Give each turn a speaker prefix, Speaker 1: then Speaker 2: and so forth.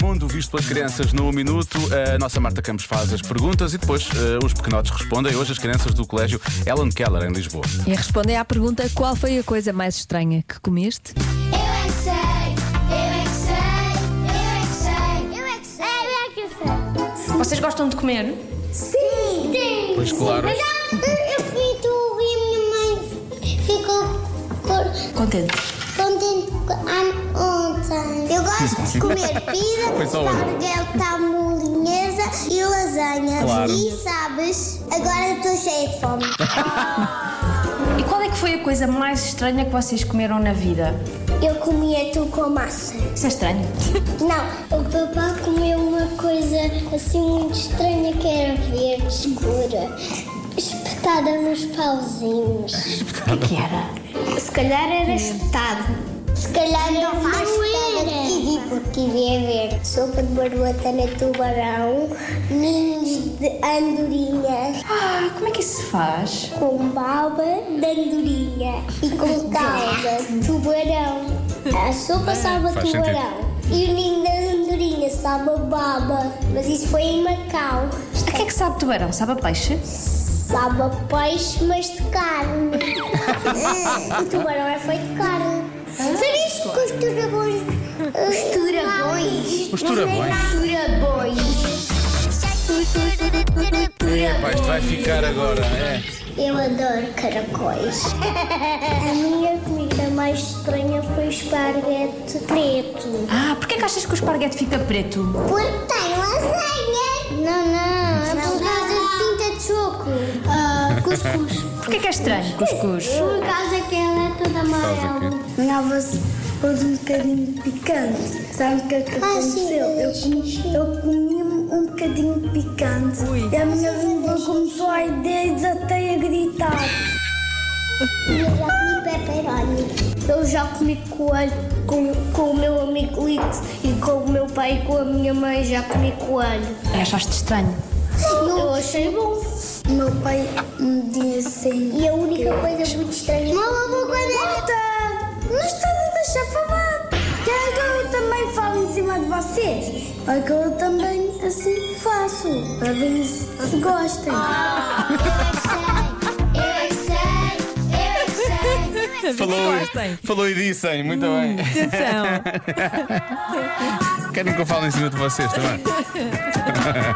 Speaker 1: O mundo visto pelas crianças no minuto. A nossa Marta Campos faz as perguntas e depois eh, os pequenotes respondem. Hoje as crianças do colégio Ellen Keller em Lisboa.
Speaker 2: E respondem à pergunta: qual foi a coisa mais estranha que comeste?
Speaker 3: Eu é que sei, eu é que sei, eu é que sei, eu é que sei, eu é que sei, eu é que
Speaker 4: Vocês gostam de comer?
Speaker 3: sei. Sim! Sim!
Speaker 1: Pois claro.
Speaker 3: Mas há- um eu eu comi tudo e a minha mãe ficou por-
Speaker 4: Contente.
Speaker 3: contente com- há- ontem. Eu gosto de comer
Speaker 1: Foi
Speaker 3: pizza,
Speaker 1: só ontem.
Speaker 3: espargueta à molinhesa e lasanha.
Speaker 1: Claro.
Speaker 3: E sabes, agora estou cheia de fome.
Speaker 4: E qual é que foi a coisa mais estranha que vocês comeram na vida?
Speaker 3: Eu comi atum com massa.
Speaker 4: Isso é estranho.
Speaker 3: Não, o papá comeu uma coisa assim muito estranha que era verde escura, espetada nos pauzinhos.
Speaker 4: O que era?
Speaker 3: Se calhar era espetado. Se calhar não, não era. Kiwi, porque kiwi é verde. Sopa de barbata na tubarão, ninhos de andorinhas,
Speaker 4: Ah, como é que isso se faz?
Speaker 3: com baba de andorinha e com calda de tubarão. A sopa salva
Speaker 1: Faz
Speaker 3: tubarão. E o ninho das andorinhas salva baba. Mas isso foi em Macau.
Speaker 4: A que é que sabe tubarão? Sabe a peixe?
Speaker 3: Salva peixe, mas de carne. o tubarão é feito de carne. Sabias que os eh, turabões. Ah, Os turabões?
Speaker 1: Os turabões. Pá, isto vai ficar agora. É.
Speaker 3: Eu adoro caracóis. A minha comida mais estranha foi esparguete preto.
Speaker 4: Ah, porquê que achas que o esparguete fica preto?
Speaker 3: Porque tem lasanha. Não, não. É por causa de tinta de choco. Ah, cuscuz.
Speaker 4: Porquê que é estranho, cuscuz?
Speaker 3: Por causa que ela é toda amarela.
Speaker 5: Ganhava-se pôs um bocadinho picante. Sabe o que é que
Speaker 3: Ah, sim.
Speaker 5: aconteceu? Eu comi, eu comi um bocadinho picante e a minha língua começou a arder e desatei a gritar.
Speaker 3: Eu já comi pepperoni.
Speaker 5: Eu já comi coelho com, com o meu amigo Lito e com o meu pai e com a minha mãe já comi coelho.
Speaker 4: É, achaste estranho.
Speaker 3: Eu achei bom.
Speaker 5: Meu pai me disse assim...
Speaker 3: E a única coisa muito estranha. Uma boca
Speaker 5: Malta, não estás a deixar falar. Quer que eu também fale em cima de vocês? Vai que eu também assim faço. Para ver se se gostem.
Speaker 3: Ah. Eu é que sei, eu é que sei, eu é que sei.
Speaker 1: Falou,
Speaker 2: Gostem.
Speaker 1: falou e dissem, muito bem.
Speaker 2: Atenção!
Speaker 1: Querem que eu fale em cima de vocês também?